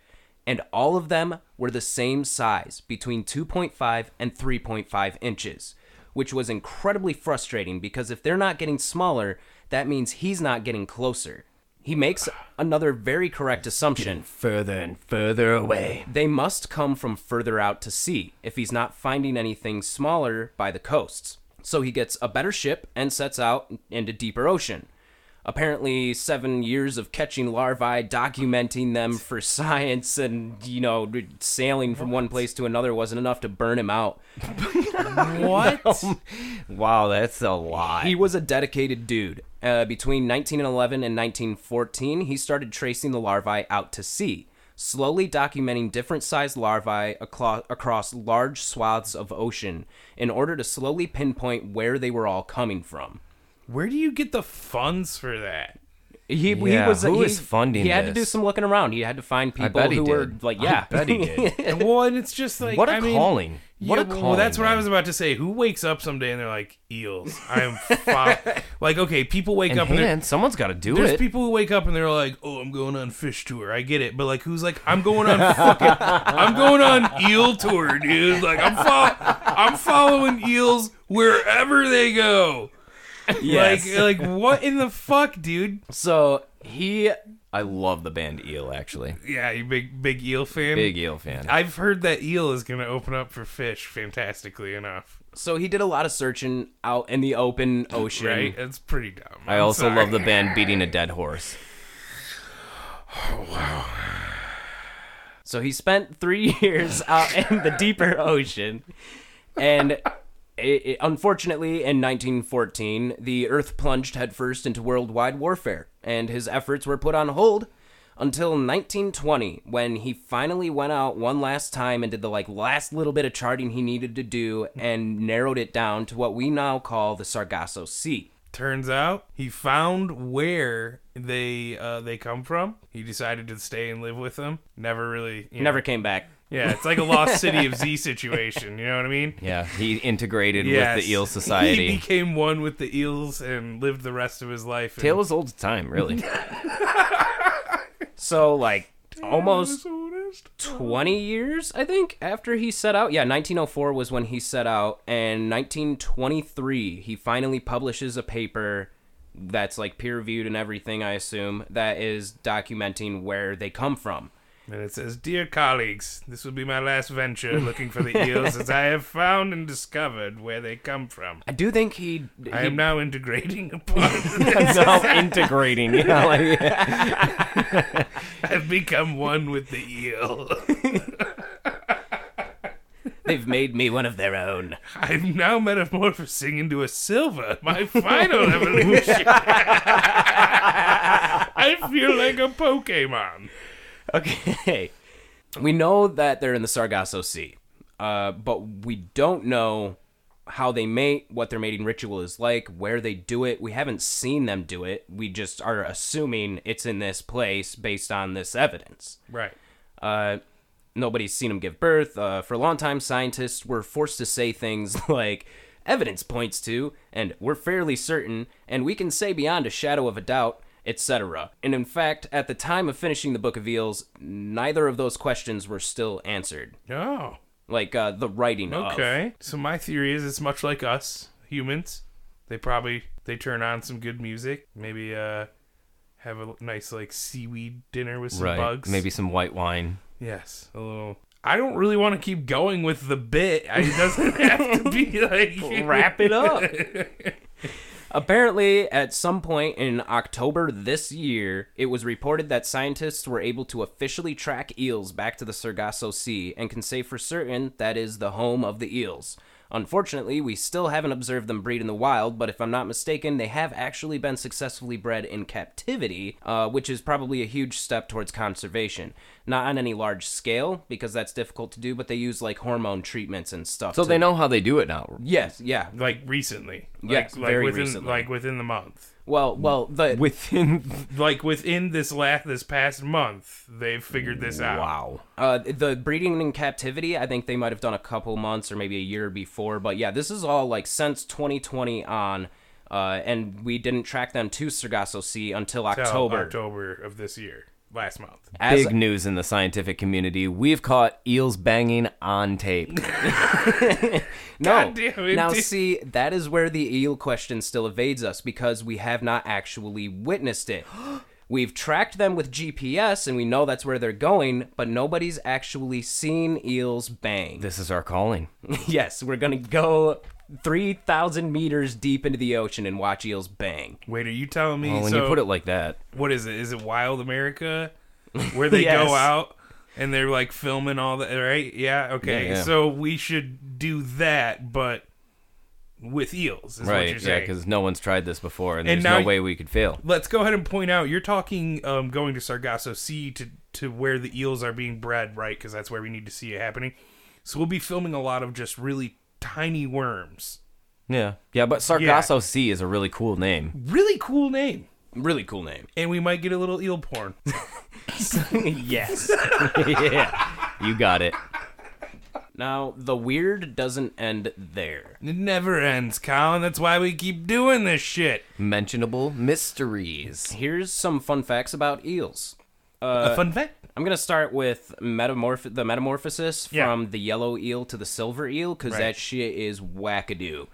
Speaker 1: and all of them were the same size, between 2.5 and 3.5 inches, which was incredibly frustrating because if they're not getting smaller, that means he's not getting closer. He makes another very correct assumption.
Speaker 3: Further and further away.
Speaker 1: They must come from further out to sea if he's not finding anything smaller by the coasts. So he gets a better ship and sets out into deeper ocean. Apparently, seven years of catching larvae, documenting them for science, and, you know, sailing from one place to another wasn't enough to burn him out.
Speaker 2: What?
Speaker 3: Wow, that's a lot.
Speaker 1: He was a dedicated dude. Uh, between 1911 and 1914, he started tracing the larvae out to sea, slowly documenting different sized larvae aclo- across large swaths of ocean in order to slowly pinpoint where they were all coming from.
Speaker 2: Where do you get the funds for that?
Speaker 1: He,
Speaker 3: Yeah,
Speaker 1: he was
Speaker 3: who
Speaker 1: he,
Speaker 3: is funding
Speaker 1: He had to do
Speaker 3: this?
Speaker 1: some looking around. He had to find people
Speaker 3: bet he
Speaker 1: who were
Speaker 3: did.
Speaker 1: like,
Speaker 3: I
Speaker 1: yeah,
Speaker 3: bet he did.
Speaker 2: Well, and it's just like
Speaker 3: What a
Speaker 2: I mean,
Speaker 3: calling. What a
Speaker 2: Well,
Speaker 3: calling,
Speaker 2: that's what I
Speaker 3: man.
Speaker 2: was about to say. Who wakes up someday and they're like eels? I'm fi-. like okay, people wake
Speaker 3: and
Speaker 2: up and they're-
Speaker 3: hand, someone's got to do
Speaker 2: there's
Speaker 3: it.
Speaker 2: people who wake up and they're like, "Oh, I'm going on fish tour." I get it, but like, who's like, "I'm going on fucking, I'm going on eel tour, dude." Like, I'm fol- I'm following eels wherever they go. Like, like what in the fuck, dude?
Speaker 1: so he
Speaker 3: I love the band Eel. Actually,
Speaker 2: Yeah, you big big eel fan.
Speaker 3: big Eel fan.
Speaker 2: I've heard that eel is gonna open up for fish. Fantastically enough.
Speaker 1: so he did a lot of searching out in the open ocean.
Speaker 2: Right? That's pretty dumb.
Speaker 3: I
Speaker 2: I'm
Speaker 3: also
Speaker 2: sorry.
Speaker 3: love the band beating a dead horse.
Speaker 1: So he spent three years out in the deeper ocean, and it, it- unfortunately, in 1914, the Earth plunged headfirst into worldwide warfare, and his efforts were put on hold until 1920, when he finally went out one last time and did the like last little bit of charting he needed to do, and narrowed it down to what we now call the Sargasso Sea.
Speaker 2: Turns out he found where they uh, they come from. He decided to stay and live with them. Never really. You know-
Speaker 1: Never came back.
Speaker 2: Yeah, it's like a lost city of Z situation. You know what I mean?
Speaker 3: Yeah, he integrated with
Speaker 2: Yes.
Speaker 3: the Eel Society.
Speaker 2: He became one with the eels and lived the rest of his life. in-
Speaker 3: Tale as old as time, really.
Speaker 1: So like almost
Speaker 2: Honest.
Speaker 1: 20
Speaker 2: Mm-hmm.
Speaker 1: years, I think, after he set out. Yeah, 1904 was when he set out, and 1923 he finally publishes a paper that's like peer reviewed and everything, I assume, that is documenting where they come from.
Speaker 2: And it says, Dear colleagues, this will be my last venture looking for the eels as I have found and discovered where they come from.
Speaker 1: I do think he.
Speaker 2: I
Speaker 1: he-
Speaker 2: am now integrating upon
Speaker 3: Self integrating. You know, like,
Speaker 2: I've become one with the eel.
Speaker 1: They've made me one of their own.
Speaker 2: I'm now metamorphosing into a silver, my final evolution. I feel like a Pokemon.
Speaker 1: Okay. We know that they're in the Sargasso Sea, uh, but we don't know how they mate, what their mating ritual is like, where they do it. We haven't seen them do it. We just are assuming it's in this place based on this evidence.
Speaker 2: Right.
Speaker 1: Uh, nobody's seen them give birth. Uh, for a long time, scientists were forced to say things like, evidence points to, and we're fairly certain, and we can say beyond a shadow of a doubt, etc. And in fact, at the time of finishing the Book of Eels, neither of those questions were still answered.
Speaker 2: Oh.
Speaker 1: Like uh, the writing of.
Speaker 2: Okay. So my theory is it's much like us humans. They probably they turn on some good music. Maybe uh have a nice like seaweed dinner with some
Speaker 3: right.
Speaker 2: bugs.
Speaker 3: Maybe some white wine.
Speaker 2: Yes, a little. I don't really want to keep going with the bit. I- It doesn't have to be like
Speaker 1: wrap it up. Apparently, at some point in October this year, it was reported that scientists were able to officially track eels back to the Sargasso Sea and can say for certain that is the home of the eels. Unfortunately, we still haven't observed them breed in the wild, but if I'm not mistaken, they have actually been successfully bred in captivity, uh, which is probably a huge step towards conservation. Not on any large scale, because that's difficult to do, but they use like hormone treatments and stuff.
Speaker 3: So
Speaker 1: to-
Speaker 3: they know how they do it now.
Speaker 1: Yes, yeah.
Speaker 2: Like recently. Like,
Speaker 1: Yes,
Speaker 2: like
Speaker 1: very
Speaker 2: within,
Speaker 1: recently.
Speaker 2: Like within the month.
Speaker 1: Well, well, the
Speaker 3: Within
Speaker 2: Like within this last this past month, they've figured this out.
Speaker 3: wow.
Speaker 1: Uh, the breeding in captivity, I think they might have done a couple months or maybe a year before. But yeah, this is all like since 2020 on. Uh, and we didn't track them to Sargasso Sea until
Speaker 2: Till
Speaker 1: October.
Speaker 2: October of this year. Last month.
Speaker 1: As-
Speaker 3: Big news in the scientific community. We've caught eels banging on tape.
Speaker 1: no.
Speaker 2: God damn it,
Speaker 1: now,
Speaker 2: dude.
Speaker 1: see, that is where the eel question still evades us because we have not actually witnessed it. We've tracked them with GPS and we know that's where they're going, but nobody's actually seen eels bang.
Speaker 3: this is our calling.
Speaker 1: Yes, we're gonna go 3,000 meters deep into the ocean and watch eels bang.
Speaker 2: Wait, are you telling me
Speaker 3: Well, when
Speaker 2: so
Speaker 3: you put it like that,
Speaker 2: what is it? Is it Wild America? Where they
Speaker 1: Yes.
Speaker 2: go out and they're like filming all that right? Yeah, okay.
Speaker 3: Yeah, yeah.
Speaker 2: So we should do that, but with eels, is what
Speaker 3: right?
Speaker 2: you're
Speaker 3: Yeah,
Speaker 2: saying.
Speaker 3: because no one's tried this before, and,
Speaker 2: And
Speaker 3: there's
Speaker 2: now-
Speaker 3: no way we could fail.
Speaker 2: let's go ahead and point out you're talking um, going to Sargasso Sea to to where the eels are being bred, right? Because that's where we need to see it happening. So we'll be filming a lot of just really tiny worms.
Speaker 3: Yeah, yeah. But Sargasso Sea is a really cool name.
Speaker 2: Really cool name,
Speaker 1: Really cool name.
Speaker 2: and we might get a little eel porn.
Speaker 1: yes.
Speaker 3: yeah, you got it.
Speaker 1: Now, the weird doesn't end there.
Speaker 2: it never ends, Colin. That's why we keep doing this shit.
Speaker 3: Mentionable mysteries.
Speaker 1: Here's some fun facts about eels.
Speaker 3: Uh,
Speaker 2: a fun fact.
Speaker 1: I'm gonna start with metamorph- the metamorphosis
Speaker 2: Yeah.
Speaker 1: from the yellow eel to the silver eel, because
Speaker 2: Right.
Speaker 1: that shit is wackadoo.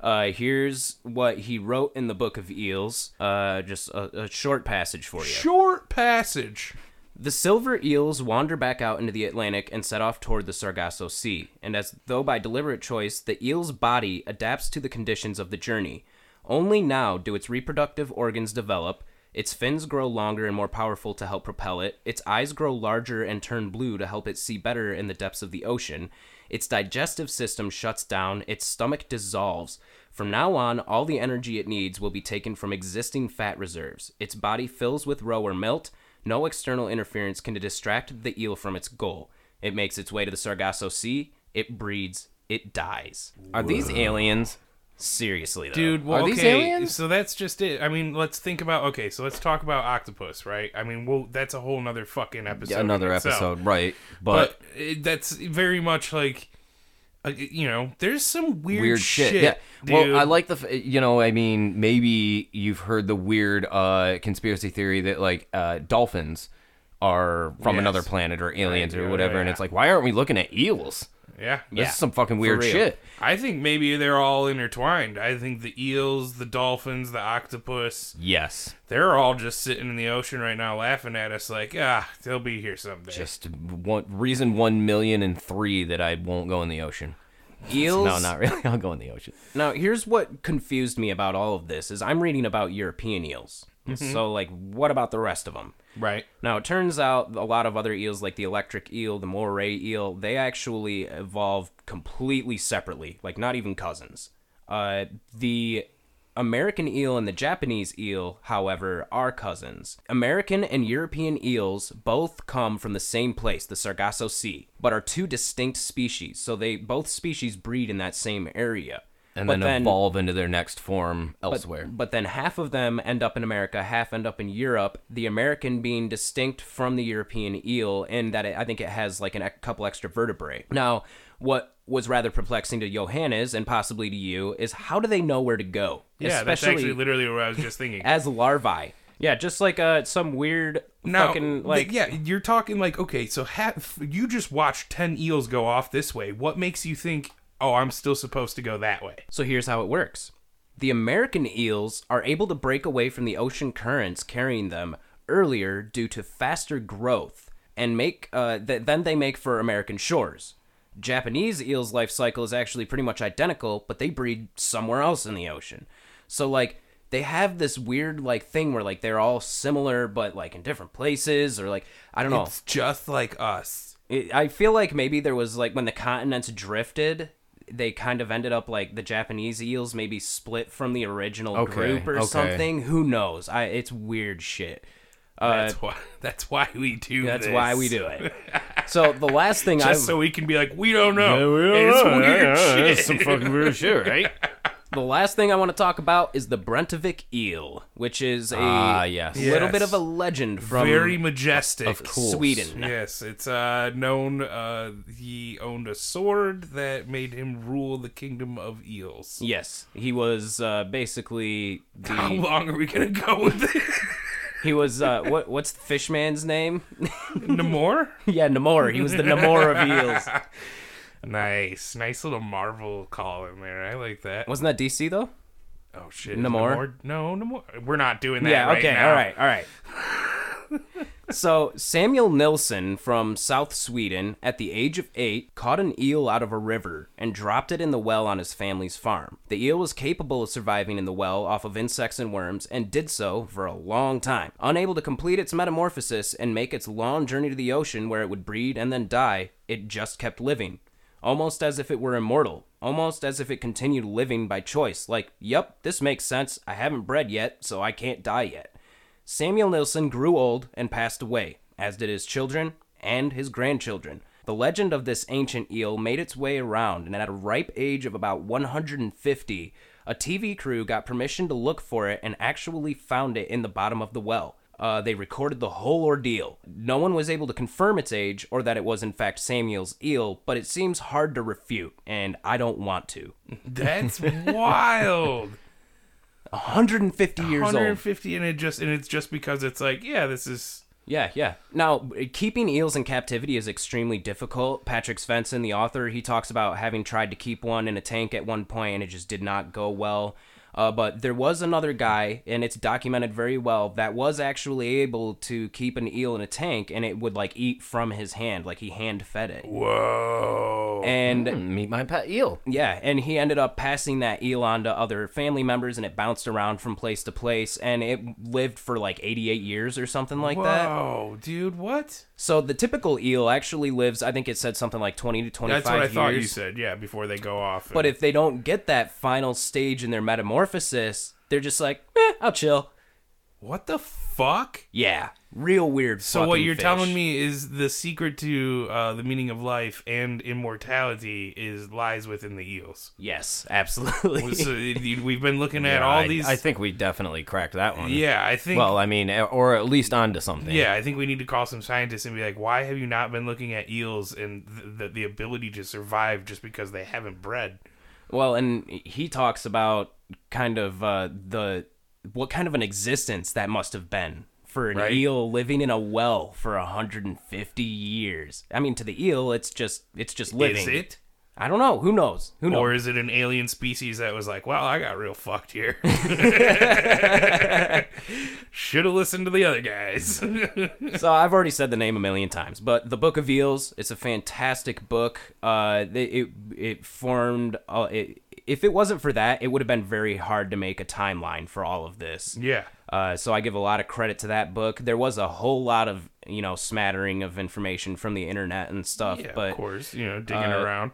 Speaker 1: Uh, here's what he wrote in the Book of Eels. Uh, just a, a short passage for you.
Speaker 2: Short passage.
Speaker 1: The silver eels wander back out into the Atlantic and set off toward the Sargasso Sea, and as though by deliberate choice, the eel's body adapts to the conditions of the journey. Only now do its reproductive organs develop, its fins grow longer and more powerful to help propel it, its eyes grow larger and turn blue to help it see better in the depths of the ocean, its digestive system shuts down, its stomach dissolves. From now on, all the energy it needs will be taken from existing fat reserves. Its body fills with roe or milt. No external interference can distract the eel from its goal. It makes its way to the Sargasso Sea. It breeds. It dies.
Speaker 3: Are these aliens?
Speaker 1: Seriously, though.
Speaker 2: Dude, well,
Speaker 3: Are
Speaker 2: okay,
Speaker 3: these aliens?
Speaker 2: so that's just it. I mean, let's think about okay, so let's talk about octopus, right? I mean, well, that's a whole nother fucking episode. in
Speaker 3: Another
Speaker 2: itself.
Speaker 3: episode, right? But,
Speaker 2: but it, that's very much like uh, you know there's some weird,
Speaker 3: weird
Speaker 2: shit,
Speaker 3: shit. Yeah. Well, I
Speaker 2: dude.
Speaker 3: like the f- you know, I mean, maybe you've heard the weird uh conspiracy theory that like uh dolphins are from
Speaker 2: Yes.
Speaker 3: another planet or aliens
Speaker 2: yeah,
Speaker 3: or whatever and
Speaker 2: yeah.
Speaker 3: it's like why aren't we looking at eels?
Speaker 2: yeah
Speaker 3: This
Speaker 1: Yeah,
Speaker 3: is some fucking weird
Speaker 1: real.
Speaker 3: shit.
Speaker 2: i think maybe they're all intertwined i think the eels the dolphins the octopus
Speaker 3: Yes.
Speaker 2: they're all just sitting in the ocean right now laughing at us like ah they'll be here someday
Speaker 3: Just one reason 1 million and 3 that I won't go in the ocean.
Speaker 1: eels.
Speaker 3: No, not really. I'll go in the ocean.
Speaker 1: Now, here's what confused me about all of this is I'm reading about European eels. So, like, what about the rest of them?
Speaker 2: Right.
Speaker 1: Now, it turns out a lot of other eels, like the electric eel, the moray eel, they actually evolved completely separately, like not even cousins. Uh, the American eel and the Japanese eel, however, are cousins. American and European eels both come from the same place, the Sargasso Sea, but are two distinct species, so they both species breed in that same area.
Speaker 3: and
Speaker 1: But
Speaker 3: then, evolve into their next form elsewhere.
Speaker 1: but then half of them end up in America, half end up in Europe. The American being distinct from the European eel, in that it, I think it has like an, a couple extra vertebrae. Now, what was rather perplexing to Johannes and possibly to you is how do they know where to go?
Speaker 2: Yeah, that's actually literally what I was just thinking.
Speaker 1: as larvae. Yeah, just like uh, some weird
Speaker 2: Now,
Speaker 1: fucking
Speaker 2: th-
Speaker 1: like
Speaker 2: yeah, you're talking like okay, so half you just watched ten eels go off this way. What makes you think? Oh, I'm still supposed to go that way.
Speaker 1: So here's how it works the American eels are able to break away from the ocean currents carrying them earlier due to faster growth and make uh, th- then they make for American shores. Japanese eels' life cycle is actually pretty much identical, but they breed somewhere else in the ocean. So like they have this weird like thing where like they're all similar but like in different places or like I don't know.
Speaker 3: Oh.
Speaker 2: It's just like us.
Speaker 1: It, I feel like maybe there was like when the continents drifted, they kind of ended up like the Japanese eels maybe split from the original
Speaker 3: Okay,
Speaker 1: group or
Speaker 3: okay.
Speaker 1: something. Who knows? I it's weird shit. Uh,
Speaker 2: That's why. That's why we do.
Speaker 1: that's
Speaker 2: this.
Speaker 1: why we do it. So the last thing I
Speaker 2: Just so we can be like, we don't know.
Speaker 1: Oh.
Speaker 2: it's weird shit.
Speaker 3: some fucking weird shit, right?
Speaker 1: the last thing I want to talk about is the Brentovik eel, which is a
Speaker 3: Ah, yes.
Speaker 1: little
Speaker 2: Yes.
Speaker 1: bit of a legend from
Speaker 2: Very majestic.
Speaker 3: Of course.
Speaker 1: Sweden.
Speaker 2: Yes, it's uh, known. Uh, he owned a sword that made him rule the kingdom of eels.
Speaker 1: Yes, he was uh, basically
Speaker 2: How
Speaker 1: the
Speaker 2: long are we gonna go with this?
Speaker 1: he was uh, what what's the fishman's name?
Speaker 2: Namor?
Speaker 1: yeah, Namor. He was the Namor of eels.
Speaker 2: Nice, nice little Marvel call in there. I like that.
Speaker 1: Wasn't that DC though?
Speaker 2: Oh shit,
Speaker 1: Namor?
Speaker 2: No, Namor. We're not doing that.
Speaker 1: Yeah,
Speaker 2: right
Speaker 1: okay,
Speaker 2: now.
Speaker 1: all right, all right. so, Samuel Nilsson from South Sweden, at the age of eight, caught an eel out of a river and dropped it in the well on his family's farm. The eel was capable of surviving in the well off of insects and worms and did so for a long time, unable to complete its metamorphosis and make its long journey to the ocean where it would breed and then die. It just kept living, almost as if it were immortal, almost as if it continued living by choice. Like, yep, this makes sense. I haven't bred yet, so I can't die yet. Samuel Nilsson grew old and passed away, as did his children and his grandchildren. The legend of this ancient eel made its way around, and at a ripe age of about 150, a TV crew got permission to look for it and actually found it in the bottom of the well. Uh, they recorded the whole ordeal. No one was able to confirm its age or that it was in fact Samuel's eel, but it seems hard to refute, and I don't want to.
Speaker 2: That's wild.
Speaker 1: 150 years old.
Speaker 2: 150, and it just and it's just because it's like, yeah, this is
Speaker 1: Yeah, yeah. Now, b- keeping eels in captivity is extremely difficult. Patrick Svensson, the author, he talks about having tried to keep one in a tank at one point and it just did not go well. Uh, but there was another guy, and it's documented very well, that was actually able to keep an eel in a tank and it would like eat from his hand, like he hand fed it.
Speaker 2: whoa.
Speaker 1: And
Speaker 3: Meet my pet eel.
Speaker 1: yeah, and he ended up passing that eel on to other family members, and it bounced around from place to place, and it lived for like 88 years or something like that.
Speaker 2: Whoa, dude, what?
Speaker 1: So the typical eel actually lives, I think it said something like 20 to 25
Speaker 2: That's what I
Speaker 1: years.
Speaker 2: thought you said. Yeah, before they go off.
Speaker 1: But if they don't get that final stage in their metamorphosis, they're just like, eh, I'll chill.
Speaker 2: what the fuck?
Speaker 1: Yeah, real weird.
Speaker 2: So what
Speaker 1: fucking
Speaker 2: you're
Speaker 1: fish.
Speaker 2: telling me is the secret to uh, the meaning of life and immortality is lies within the eels.
Speaker 1: Yes, absolutely.
Speaker 2: So, it- we've been looking at
Speaker 3: Yeah,
Speaker 2: all
Speaker 3: I-
Speaker 2: these.
Speaker 3: I think we definitely cracked that one.
Speaker 2: Yeah, I think.
Speaker 3: Well, I mean, eh, or at least onto something.
Speaker 2: Yeah, I think we need to call some scientists and be like, why have you not been looking at eels and th- the, the ability to survive just because they haven't bred?
Speaker 1: Well, and he talks about kind of uh, the what kind of an existence that must have been for an
Speaker 2: Right.
Speaker 1: eel living in a well for 150 years. I mean, to the eel, it's just it's just living.
Speaker 2: Is it?
Speaker 1: I don't know. Who knows? Who knows?
Speaker 2: Or is it an alien species that was like, wow, I got real fucked here? Should have listened to the other guys.
Speaker 1: so I've already said the name a million times, but the Book of Eels. It's a fantastic book. Uh, they, it it formed. Uh, it, if it wasn't for that, it would have been very hard to make a timeline for all of this.
Speaker 2: yeah.
Speaker 1: Uh, so I give a lot of credit to that book. There was a whole lot of you know smattering of information from the internet and stuff,
Speaker 2: Yeah,
Speaker 1: but
Speaker 2: of course. You know, digging
Speaker 1: uh,
Speaker 2: around.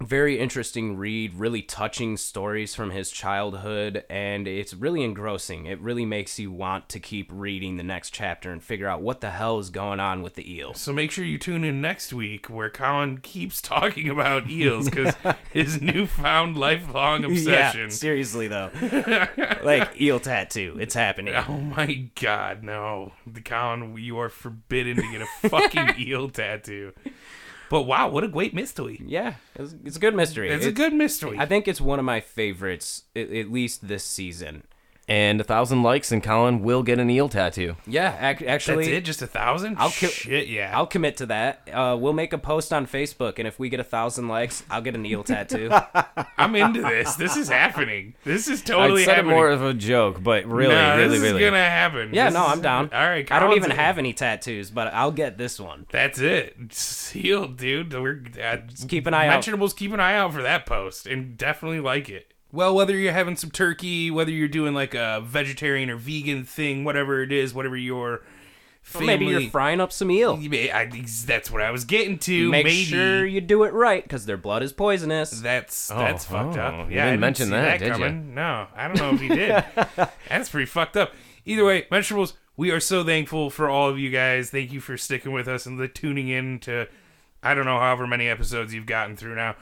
Speaker 1: very interesting read, really touching stories from his childhood, and it's really engrossing. It really makes you want to keep reading the next chapter and figure out what the hell is going on with the eels.
Speaker 2: So make sure you tune in next week where Colin keeps talking about eels because his newfound lifelong obsession.
Speaker 1: Yeah, seriously though, like eel tattoo, it's happening.
Speaker 2: Oh my god, no. The Colin, you are forbidden to get a fucking eel tattoo. But wow, what a great mystery.
Speaker 1: Yeah, it's, it's a good mystery.
Speaker 2: It's a
Speaker 1: It-
Speaker 2: good mystery.
Speaker 1: I think it's one of my favorites, at, at least this season.
Speaker 3: And a thousand likes, and Colin will get an eel tattoo.
Speaker 1: Yeah, ac- actually,
Speaker 2: That's it? Just a thousand?
Speaker 1: I'll kill-
Speaker 2: Shit, yeah.
Speaker 1: I'll commit to that. Uh, we'll make a post on Facebook, and if we get a thousand likes, I'll get an eel tattoo.
Speaker 2: I'm into this. This is happening. This is totally
Speaker 3: I said it
Speaker 2: happening.
Speaker 3: more of a joke, but really,
Speaker 2: Nah,
Speaker 3: really,
Speaker 2: this
Speaker 3: really.
Speaker 2: is gonna happen.
Speaker 1: Yeah,
Speaker 2: This
Speaker 1: no,
Speaker 2: is-
Speaker 1: I'm down.
Speaker 2: All right,
Speaker 1: I don't
Speaker 2: Colin's
Speaker 1: even
Speaker 2: in.
Speaker 1: have any tattoos, but I'll get this one.
Speaker 2: That's it. Sealed, dude. We're uh,
Speaker 1: keep an eye out.
Speaker 2: Mentionables, keep an eye out for that post and definitely like it. Well, whether you're having some turkey, whether you're doing like a vegetarian or vegan thing, whatever it is, whatever your
Speaker 1: Or
Speaker 2: family.
Speaker 1: maybe you're frying up some eel.
Speaker 2: You may- I, that's what I was getting to.
Speaker 1: Make
Speaker 2: maybe.
Speaker 1: sure you do it right, because their blood is poisonous.
Speaker 2: That's that's fucked
Speaker 3: oh,
Speaker 2: up.
Speaker 3: you
Speaker 2: Yeah, I
Speaker 3: didn't mention
Speaker 2: see
Speaker 3: that, did ya?
Speaker 2: coming. No, I don't know if he did. that's pretty fucked up. Either way, vegetables. We are so thankful for all of you guys. Thank you for sticking with us and the tuning in to, I don't know, however many episodes you've gotten through now.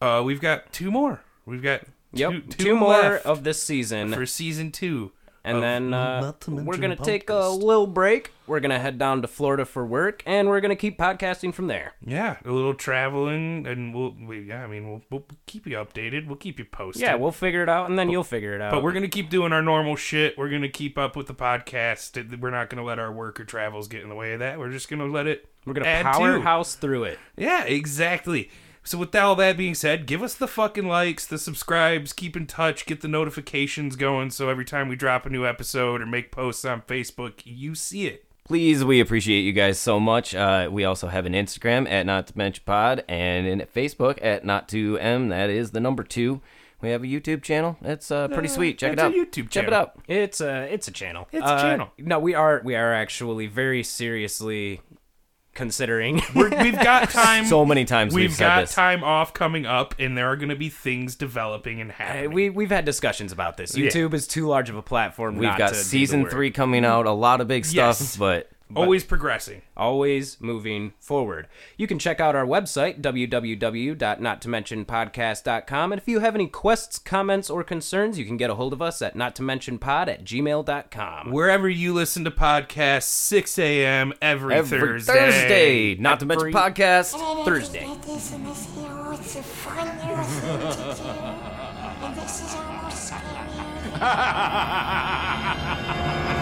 Speaker 2: Uh, we've got two more. We've got
Speaker 1: Yep,
Speaker 2: two,
Speaker 1: two, more
Speaker 3: Oh,
Speaker 2: left
Speaker 1: of this season,
Speaker 2: for season two.
Speaker 1: and then uh,
Speaker 4: Not to
Speaker 1: we're
Speaker 4: mention
Speaker 1: gonna take a
Speaker 4: podcast.
Speaker 1: little break. We're gonna head down to Florida for work, and we're gonna keep podcasting from there.
Speaker 2: Yeah, a little traveling, and we'll we, yeah, I mean we'll, we'll keep you updated. We'll keep you posted.
Speaker 1: Yeah, we'll figure it out, and then you'll figure it out.
Speaker 2: But we're gonna keep doing our normal shit. We're gonna keep up with the podcast. We're not gonna let our work or travels get in the way of that. We're just gonna let it.
Speaker 1: we're gonna
Speaker 2: add to.
Speaker 1: powerhouse through it.
Speaker 2: Yeah, exactly. So with all that being said, give us the fucking likes, the subscribes, keep in touch, get the notifications going, so every time we drop a new episode or make posts on Facebook, you see it.
Speaker 3: Please, we appreciate you guys so much. Uh, we also have an Instagram at Not to Mention Pod and in Facebook at Not to M. That is the number two. We have a YouTube channel. It's uh, pretty sweet. Check
Speaker 2: it's a
Speaker 3: it out.
Speaker 2: YouTube
Speaker 3: Check it
Speaker 2: channel.
Speaker 3: out.
Speaker 1: It's a it's a channel.
Speaker 2: It's a
Speaker 1: Uh,
Speaker 2: channel.
Speaker 1: No, we are we are actually very seriously considering.
Speaker 2: We're, we've got time.
Speaker 3: So many times we've,
Speaker 2: We've
Speaker 3: said
Speaker 2: got
Speaker 3: this.
Speaker 2: time off coming up, and there are going to be things developing and
Speaker 1: Hey,
Speaker 2: happening.
Speaker 1: we we've had discussions about this.
Speaker 2: Yeah.
Speaker 1: YouTube is too large of a platform.
Speaker 3: We've
Speaker 1: not
Speaker 3: got
Speaker 1: to do the
Speaker 3: season
Speaker 1: work.
Speaker 3: three coming out. A lot of big stuff,
Speaker 2: Yes.
Speaker 3: but
Speaker 2: Always progressing.
Speaker 1: always moving forward. You can check out our website, www.nottomentionpodcast.com. And if you have any quests, comments, or concerns, you can get a hold of us at nottomentionpod at gmail.com.
Speaker 2: Wherever you listen to podcasts, 6 a.m. every,
Speaker 3: every
Speaker 2: Thursday.
Speaker 3: Thursday, Not to Mention
Speaker 1: Every-
Speaker 3: Podcast.
Speaker 1: Thursday.
Speaker 5: That isn't a hero, it's a fun little thing to do. And this is almost scary.